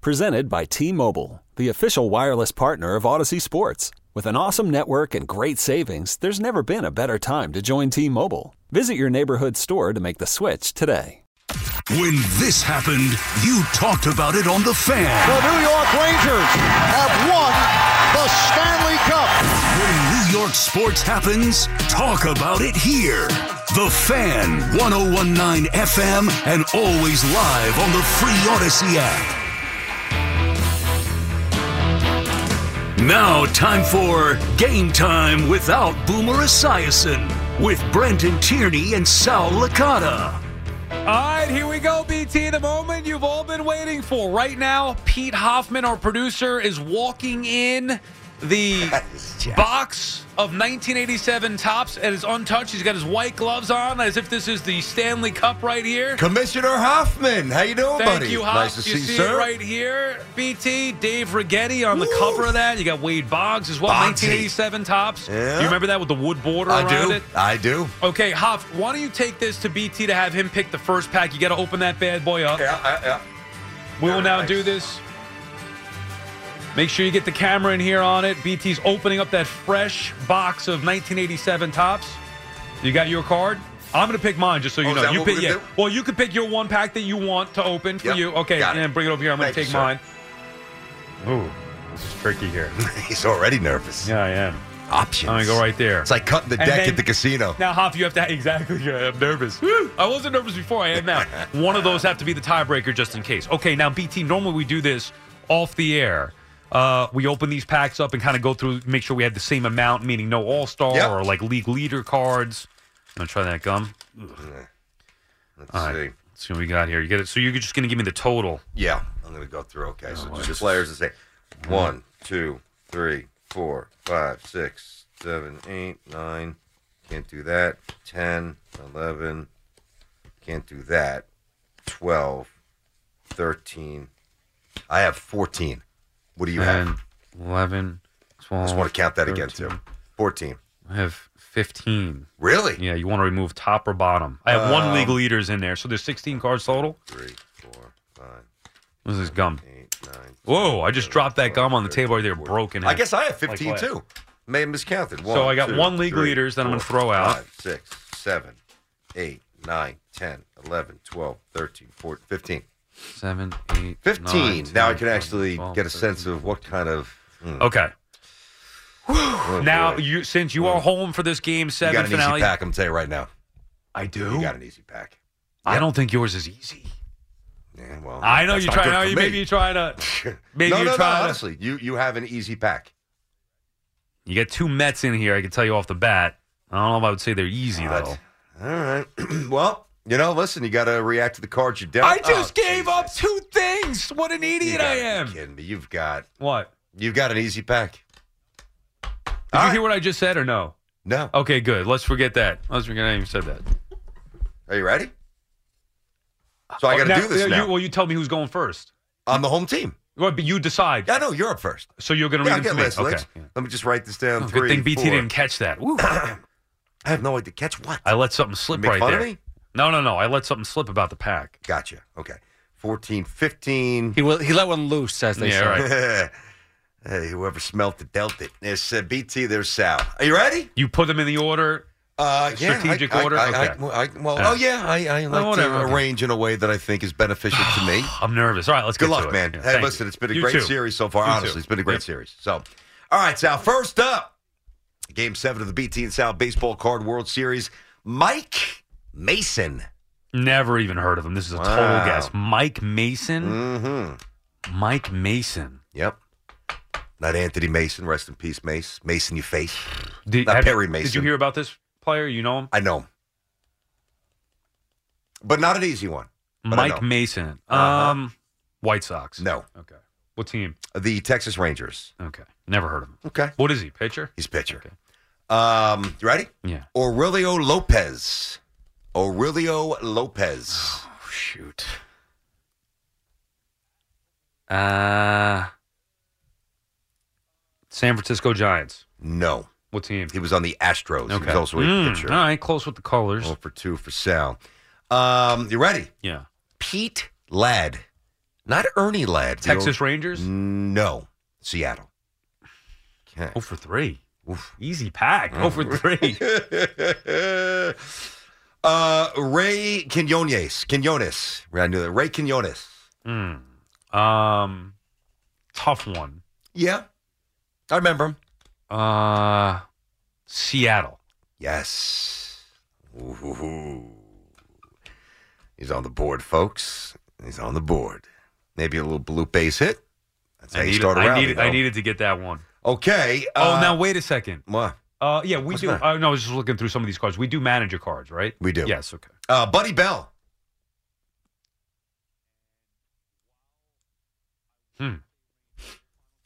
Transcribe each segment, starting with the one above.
Presented by T Mobile, the official wireless partner of Odyssey Sports. With an awesome network and great savings, there's never been a better time to join T Mobile. Visit your neighborhood store to make the switch today. When this happened, you talked about it on The Fan. The New York Rangers have won the Stanley Cup. When New York sports happens, talk about it here. The Fan, 1019 FM, and always live on the free Odyssey app. Now, time for Game Time without Boomer Esiason with Brenton Tierney and Sal Licata. All right, here we go, BT. The moment you've all been waiting for. Right now, Pete Hoffman, our producer, is walking in the box of 1987 tops and is untouched. He's got his white gloves on as if this is the Stanley Cup right here. Commissioner Hoffman, how you doing, Thank buddy? you, Hop. Nice to you see, see you, it sir. right here. BT, Dave Rigetti on the cover of that. You got Wade Boggs as well, Boggsy. 1987 tops. Yeah. You remember that with the wood border I around do. it? I do. Okay, Hoff, why don't you take this to BT to have him pick the first pack? You got to open that bad boy up. Yeah, yeah, yeah. We Very will now nice. do this. Make sure you get the camera in here on it. BT's opening up that fresh box of 1987 tops. You got your card. I'm gonna pick mine just so you Oh, is know. that You what pick, we're gonna do? yeah. Well, you could pick your one pack that you want to open for Yep, you. Okay, got it. and bring it over here. I'm gonna Thank you, take sir. mine. Ooh, this is tricky here. He's already nervous. yeah, I am. Options. I'm gonna go right there. It's like cutting the And deck then- at the casino. Now, Hoff, you have to exactly. yeah, I'm nervous. Woo! I wasn't nervous before. I am now. One of those have to be the tiebreaker, just in case. Okay, now BT. Normally we do this off the air. Uh, we open these packs up and kind of go through, make sure we had the same amount, meaning no All Star Yep. or like league leader cards. I'm gonna try that gum. Let's All see. right. Let's see what we got here. You get it? So you're just gonna give me the total. Yeah, I'm gonna go through. Okay, so well, just this players the same. One, two, three, four, five, six, seven, eight, nine. Can't do that. Ten, eleven. Can't do that. Twelve, thirteen. I have fourteen. What do you have? 10, 11, 12. I just want to count that again 13. too. Fourteen. I have 15. Really? Yeah, you want to remove top or bottom. I have Um, one league leaders in there, so there's 16 cards total. Three, four, five, What is this gum? eight, nine. Whoa, I just dropped that gum on the table right there, broken. I guess I have 15 what? too. May have miscounted. So I got one league leaders that I'm gonna throw out. 5, 6, 7, 8, 9, 10, 11, 12, 13, 14, 15. seven, eight, 15. nine, now I 10, can actually 12, get a 13. sense of what kind of. mm, Okay, oh, now boy. you since you are home for this game You seven got an finale, easy pack, I'm going to tell you right now. I You do. got an easy pack. I don't think yours is easy. Yeah, well, I Oh, know that's you're not trying. good now for you- me. Maybe you're trying to. Maybe no, you're no, no, trying to- honestly, you, you have an easy pack. You got two Mets in here. I can tell you off the bat. I don't know if I would say they're easy But- though. All right. well, you know, listen, you got to react to the cards you're dealt. I just Oh, gave up two things. What an You idiot I gotta be am. Kidding me? You've got What? you've got an easy pack. Did All you right. hear what I just said or no? No. Okay, good. Let's forget that. Let's forget I even said that. Are you ready? So I got to Oh, Now- do this you- now. well, you tell me who's going first. I'm the home team. Well, but you decide. Yeah, no, you're up first. So you're going to Yeah, I read them get to me. last legs. Yeah. Let me just write this down. Oh, Three, good thing BT four. didn't catch that. Woo. I have no idea. Catch what? I let something slip Make right fun there. of me? No, no, no. I let something slip about the pack. Gotcha. Okay. 14, 15. He will. He let one loose, as they Yeah, say. right. hey, whoever smelt it dealt it. There's uh, BT, there's Sal. Are you ready? You put them in the order. Uh, Strategic I, I, order? I, I- Okay. I- well, Yeah. oh, yeah. I, I like whatever, to okay. arrange in a way that I think is beneficial to me. I'm nervous. All right, let's Good get to luck, it. man. Yeah, hey, thank listen, you. it's been a You great too. series so far. You honestly, too. it's been a great Yep. series. So, all right, Sal. First up, Game Seven of the BT and Sal Baseball Card World Series. Mike Mason. Never even heard of him. This is a total Wow. guess. Mike Mason. Mm-hmm. Mike Mason. Yep. Not Anthony Mason. Rest in peace, Mace. Mason, you face. Did, Not have you- Perry Did you Mason. hear about this player? You know him? I know him, but not an easy one. But I Mike know. Mason. Uh-huh. Um, White Sox. No. Okay. What team? The Texas Rangers. Okay. Never heard of him. Okay. What is he? Pitcher? He's pitcher. Um, you ready? Yeah. Aurelio Lopez. Aurelio Lopez. Oh, shoot. Uh San Francisco Giants. No. What team? He was on the Astros. He was also a Mm, pitcher. All right, close with the colors. Oh for two for Sal. Um, you ready? Yeah. Pete Ladd. Not Ernie Ladd. The Texas Rangers? old- No. Seattle. Okay. Oh for three. Oof. Easy pack. Oh for three. uh, Ray Quinones. Quinones. I knew that. Ray Quinones. Mm. Um tough one. Yeah. I remember him. Uh Seattle. Yes. Ooh. He's on the board, folks. He's on the board. Maybe a little blue base hit. That's how I you needed, start around. I, needed, I needed to get that one. Okay. oh, uh, now wait a second. What? Uh, yeah, we What's do. that? Uh, no, I was just looking through some of these cards. We do manager cards, right? We do. Yes. Okay. Uh, Buddy Bell.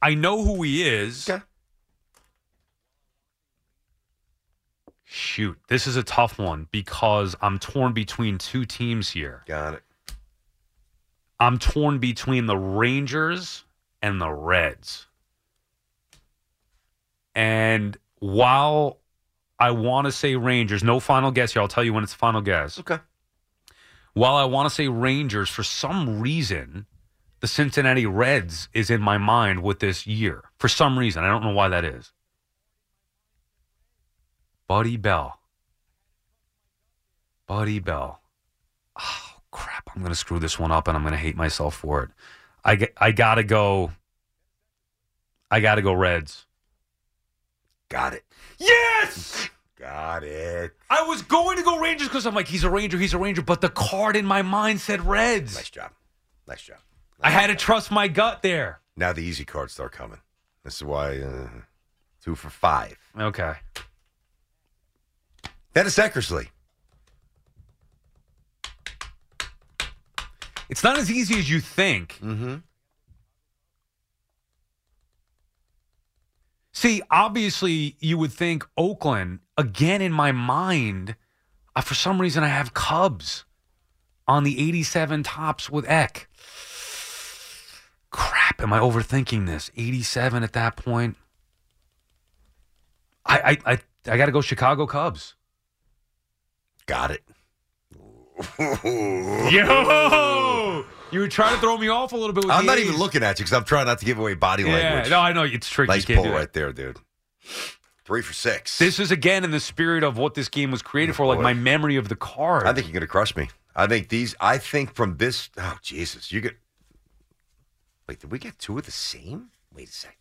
I know who he is. Okay. Shoot, this is a tough one because I'm torn between two teams here. Got it. I'm torn between the Rangers and the Reds. And while I want to say Rangers, no final guess here. I'll tell you when it's final guess. Okay. While I want to say Rangers, for some reason, the Cincinnati Reds is in my mind with this year. For some reason. I don't know why that is. Buddy Bell. Buddy Bell. Oh, crap. I'm going to screw this one up and I'm going to hate myself for it. I, g- I got to go. I got to go Reds. Got it. Yes! Got it. I was going to go Rangers because I'm like, he's a Ranger, he's a Ranger, but the card in my mind said Reds. Nice job. Nice job. I had to trust my gut there. Now the easy cards start coming. This is why uh, two for five. Okay. Dennis Eckersley. It's not as easy as you think. Mm-hmm. See, obviously, you would think Oakland, again, in my mind, I, for some reason, I have Cubs on the 87 tops with Eck. Crap, am I overthinking this? 87 at that point. I, I, I, I got to go Chicago Cubs. Got it. Yo! You were trying to throw me off a little bit with I'm the not 80s. even looking at you because I'm trying not to give away body Yeah, language. no, I know. It's tricky. nice you can't pull do that. right there, dude. Three for six. This is again in the spirit of what this game was created for, like Boy. my memory of the card. I think you're gonna crush me. I think these. I think from this. Oh Jesus, you get. Wait, did we get two of the same? Wait a second.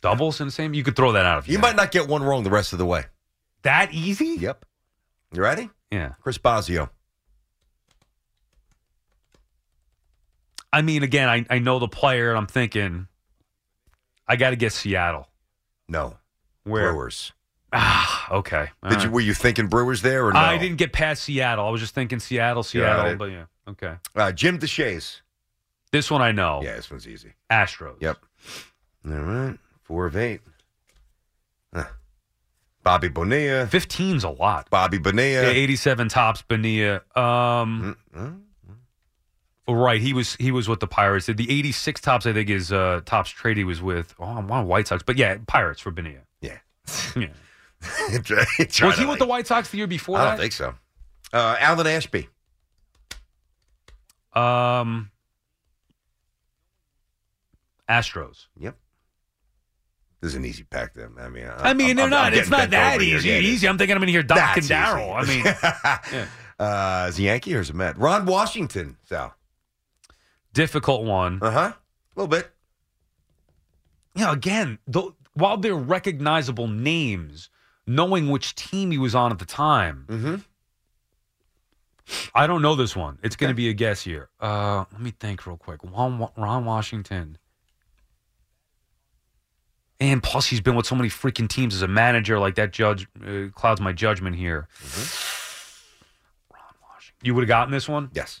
doubles in the same. You could throw that out if you, You had. might not get one wrong the rest of the way. that easy. Yep. You ready? Yeah. Chris Bosio. I mean, again, I, I know the player, and I'm thinking, I got to get Seattle. No. Where? Brewers. Ah, okay. All Did right. you? Were you thinking Brewers there or no? I didn't get past Seattle. I was just thinking Seattle, Seattle. it. But yeah, okay. Uh, Jim DeShays. This one I know. Yeah, this one's easy. Astros. Yep. All right. Four of eight. Huh. Bobby Bonilla. 15's a lot. Bobby Yeah, Bonilla. 87 tops Benia. Um, Mm, mm. Right, he was he was with the Pirates. The 86 tops, I think, is uh, tops trade he was with. Oh, I'm on White Sox, but yeah, Pirates for Benia. Yeah. Yeah. Try- try was he to, with the like- White Sox the year before? I don't that? think so. Uh, Alan Ashby. Um, Astros. Yep. This is an easy pack, then. I mean, i mean, they're not. it's not that easy. Easy. Easy. I'm thinking I'm going to hear Doc and Daryl. I mean, mean, uh, is he Yankee or is it Met? Ron Washington, Sal. difficult one. Uh huh. A little bit. You know, again, though, while they're recognizable names, knowing which team he was on at the time, Mm-hmm. I don't know this one. It's going to be a guess here. Uh, let me think real quick. Ron, Wa- Ron Washington. And plus, he's been with so many freaking teams as a manager. Like that judge uh, clouds my judgment here. Mm-hmm. Ron Washington. You would have gotten this one. Yes.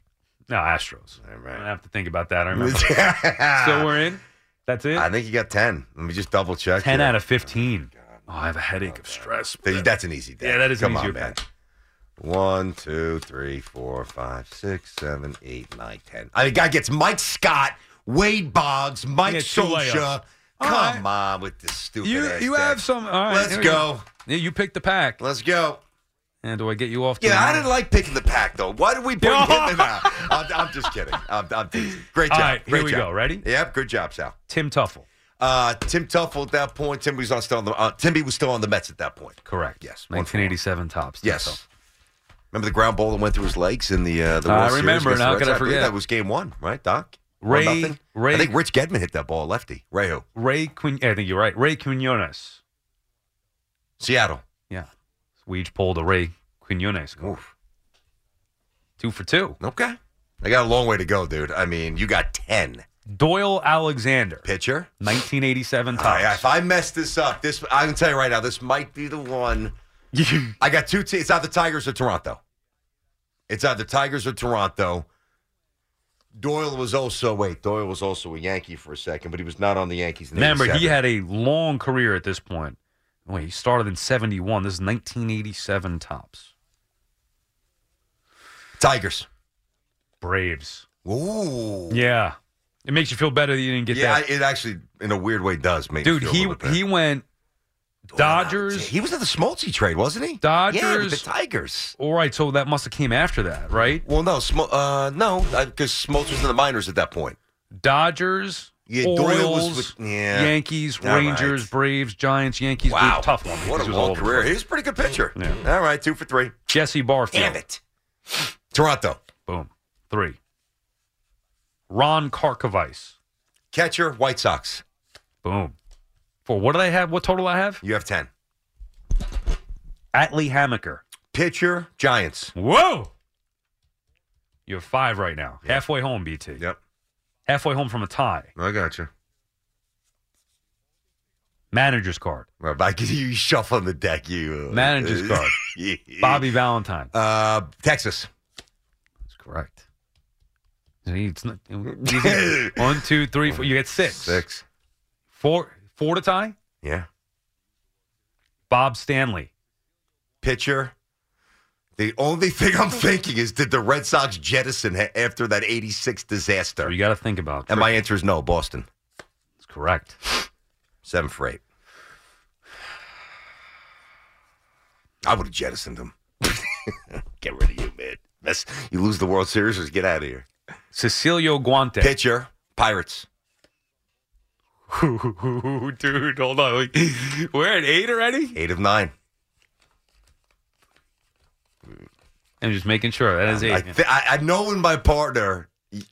No, Astros. All I right. don't have to think about that. I remember. so so we're in. That's it. I think you got ten. Let me just double check. 10 here. out of 15. Oh, I have a headache of stress. Th- That's an easy day. Yeah, that is an Come easier on, man. One, two, three, four, five, six, seven, eight, nine, ten. I mean, guy gets Mike Scott, Wade Boggs, Mike Yeah, two Socha. layups. All Come right. on with this stupid. You ass you day. have some. All right, Let's here we go. Yeah, you pick the pack. Let's go. And do I get you off? to Yeah, the- I didn't like picking the pack though. Why did we bring him in? I'm, I'm just kidding. I'm, I'm teasing. Great All job. right, here Great we job. go. Ready? Yep. Good job, Sal. Tim Tuffle. Uh, Tim Tuffle at that point. Timmy was on still on the uh, Timmy was still on the Mets at that point. Correct. Yes, one for one. 1987 tops. Tim Yes. Tuffle. Remember the ground ball that went through his legs in the uh, the I World remember, Series? against and how the Red could I Sox? believe forget? That was game one, right, Doc? One Ray- nothing? Ray- I think Rich Gedman hit that ball lefty. Ray who? Ray Quin. yeah, I think you're right. Ray Quinones. Seattle. Yeah. Weege pulled a Ray Quinones. Oof. Two for two. Okay. I got a long way to go, dude. I mean, you got ten Doyle Alexander. pitcher. 1987 All right, tops. if I mess this up, this I can tell you right now, this might be the one. I got two teams. It's either Tigers or Toronto. It's either Tigers or Toronto. Doyle was also wait. Doyle was also a Yankee for a second, but he was not on the Yankees. In Remember, he 87. had a long career at this point. Wait, he started in 71. This is 1987 tops. Tigers. Braves. Ooh. Yeah. It makes you feel better that you didn't get yeah, that. I- it actually, in a weird way, does make. me Dude, feel a he little bit he went bad. Dodgers. He was at the Smoltz trade, wasn't he? Yeah, with the Dodgers. Tigers. All right, so that must have came after that, right? Well, no, Smol- uh, no, because Smoltz was in the minors at that point. Dodgers, Yeah, Doyle was Orioles, with- yeah. Yankees, All right. Rangers, Braves, Giants, Yankees. Wow, Braves, tough one. What because a he was all long over the career. place. He was a pretty good pitcher. Yeah. All right, two for three. Jesse Barfield. Damn it, Toronto Boom. Three. Ron Karkovice. catcher, White Sox. Boom. Four. What did I have? What total I have? You have ten. Atlee Hamaker. Pitcher, Giants. Whoa. You have five right now. Halfway home, BT. Yep, Halfway home from a tie. I got you. Manager's card. Well, I can you shuffle on the deck. You uh, Manager's card. Bobby Valentine. Uh, Texas. That's correct. It's not- one, two, three, four. You get six. Six. Four, four to tie. Yeah. Bob Stanley. Pitcher. The only thing I'm thinking is, did the Red Sox jettison ha- after that '86 disaster? You got to think about. And my answer is no. Boston. That's correct. Seven for eight. I would have jettisoned him. get rid of you, man. That's, you lose the World Series, just get out of here. Cecilio Guante. Pitcher, Pirates. Dude, hold on. We're at eight already? Eight of nine. I'm just making sure. That is I, eight. th- I, I know in my partner,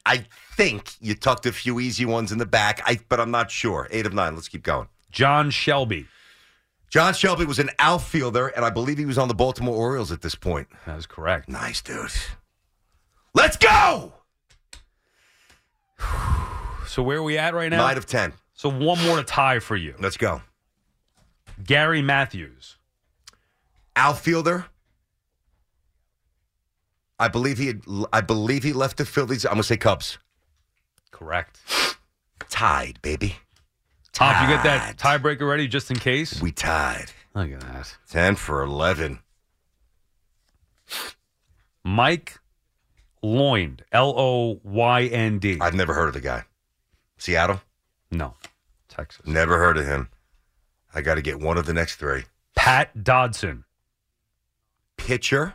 I think you tucked a few easy ones in the back, I, but I'm not sure. Eight of nine. Let's keep going. John Shelby. John Shelby was an outfielder, and I believe he was on the Baltimore Orioles at this point. That is correct. Nice, dude. Let's go! So where are we at right now? Nine of ten. so one more to tie for you. Let's go. Gary Matthews. outfielder. I believe he had, I believe he left the Phillies. I'm gonna say Cubs. Correct. Tied, baby. Top, you get that tiebreaker ready just in case? We tied. Look at that. Ten for eleven. Mike Loind. L O Y N D. I've never heard of the guy. Seattle. No. Texas. Never heard of him. I got to get one of the next three. Pat Dodson. Pitcher.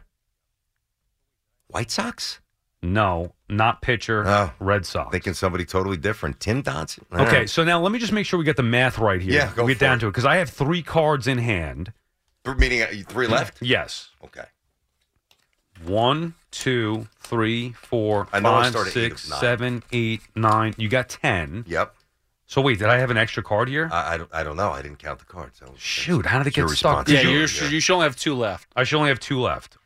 White Sox. No. Not pitcher. Oh. Red Sox. Thinking somebody totally different. Tim Dodson. All Okay, right. so now let me just make sure we get the math right here. Yeah, go we get for down it. to it because I have three cards in hand. Th- Meaning uh, you three left. Yes, Okay. one, two, three, four, I know I five, started eight six, of nine. seven, eight, nine. You got ten. Yep. So wait, did I have an extra card here? I, I, don't, I don't know. I didn't count the cards. So Shoot, how did it It's Uh, your get stuck? responsibility. Yeah, Sure, you're, yeah. you should only have two left. I should only have two left.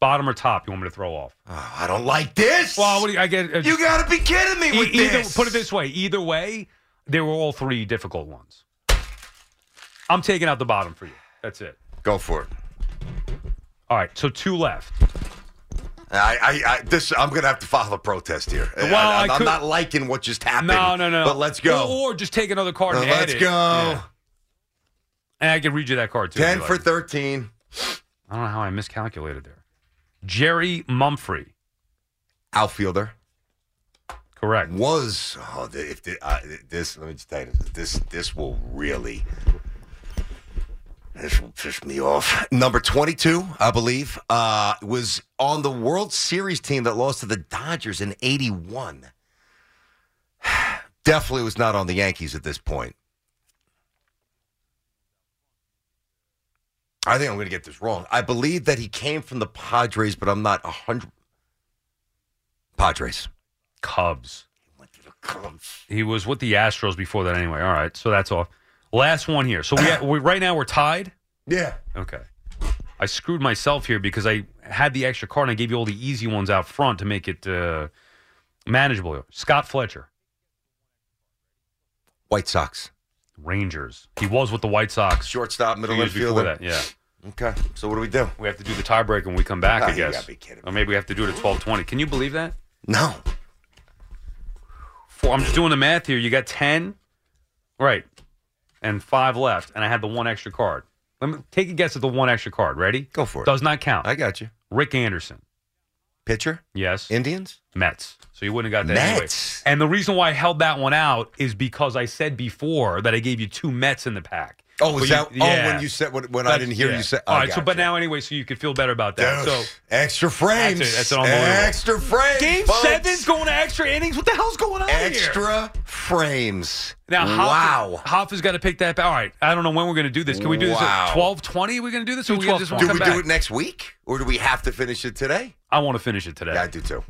Bottom or top? You want me to throw off? Oh, I don't like this. Well, what do you, I get? uh, You gotta be kidding me e- with either, this. Put it this way: either way, they were all three difficult ones. I'm taking out the bottom for you. That's it. Go for it. All right, so two left. I, I, I, this, I'm gonna have to file a protest here. Well, I, I am could- not liking what just happened. No, no, no. But let's go. Or, or just take another card Uh, and let's add it. go. Yeah. And I can read you that card too. if Ten you for like. thirteen. I don't know how I miscalculated there. Jerry Mumphrey, Outfielder correct. was. Oh, th- if the, uh, this, let me just tell you, this, this will really. This will piss me off. Number 22, I believe, uh, was on the World Series team that lost to the Dodgers in 81. Definitely was not on the Yankees at this point. I think I'm going to get this wrong. I believe that he came from the Padres, but I'm not 100. Padres. Cubs. Went to the Cubs. He was with the Astros before that anyway. All right, so that's off. Last one here. So we, we right now we're tied. Yeah. Okay. I screwed myself here because I had the extra card and I gave you all the easy ones out front to make it uh, manageable. Scott Fletcher, White Sox. Rangers. He was with the White Sox. Shortstop, two middle years before infielder. that. Yeah. Okay. So what do we do? We have to do the tiebreaker when we come back, Ah, I you guess. gotta be kidding me. Or maybe we have to do it at twelve twenty. Can you believe that? No. Four, I'm just doing the math here. You got ten, right, and five left, and I had the one extra card. Let me take a guess at the one extra card. Ready? Go for it. Does not count. I got you. Rick Anderson. Pitcher? Yes. Indians? Mets. So you wouldn't have got that anyway. Mets. And the reason why I held that one out is because I said before that I gave you two Mets in the pack. Oh, Well, is you- that? yeah. Oh, when you said when, when I That's- didn't hear yeah. you say. All I right, so gotcha. but now anyway, so you could feel better about that. Dude, So extra frames. That's it. That's unbelievable. Extra frames. game folks. seven's going to extra innings. What the hell's going on here? Extra frames. Now, wow. Hoff, Hoff has got to pick that back. All right, I don't know when we're going to do this. Can we do this Wow. at twelve twenty? We're going to do this. Or we just want do to we come back. do it next week, or do we have to finish it today? I want to finish it today. Yeah, Mm-hmm. I do too.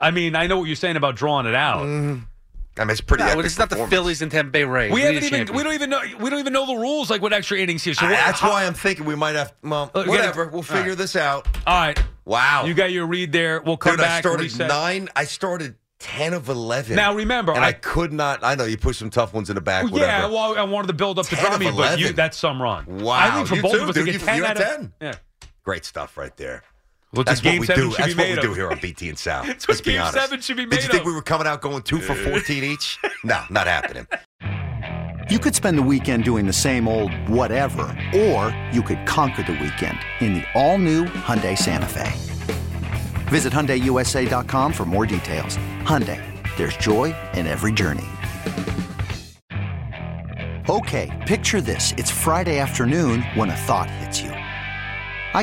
I mean, I know what you're saying about drawing it out. I mean, it's pretty. No, epic it's not the performance. Phillies and Tampa Bay Rays. We They're haven't the even champions. we don't even know we don't even know the rules like what extra innings here. So I- we're- that's Hoff- why I'm thinking we might have. Well, Look, get it. whatever. We'll figure this out. All right, Wow. you got your read there. We'll come Dude, back. I started reset. nine. I started ten of eleven. Now, remember, and I, I- could not. I know you pushed some tough ones in the back. Well, whatever. Yeah, well, I wanted to build up the 10 of drama, but you, 11. that's some run. Wow, I think for you both too, of us dude. to get You- 10 you're out ten. of Yeah. great stuff right there. What's That's what game we seven do. should That's be what made we of. do here on BT and Sal. That's Let's what be game honest. seven should be Did made you think of. we were coming out going two for fourteen each? No, not happening. You could spend the weekend doing the same old whatever, or you could conquer the weekend in the all-new Hyundai Santa Fe. Visit HyundaiUSA.com for more details. Hyundai, there's joy in every journey. Okay, picture this. It's Friday afternoon when a thought hits you. I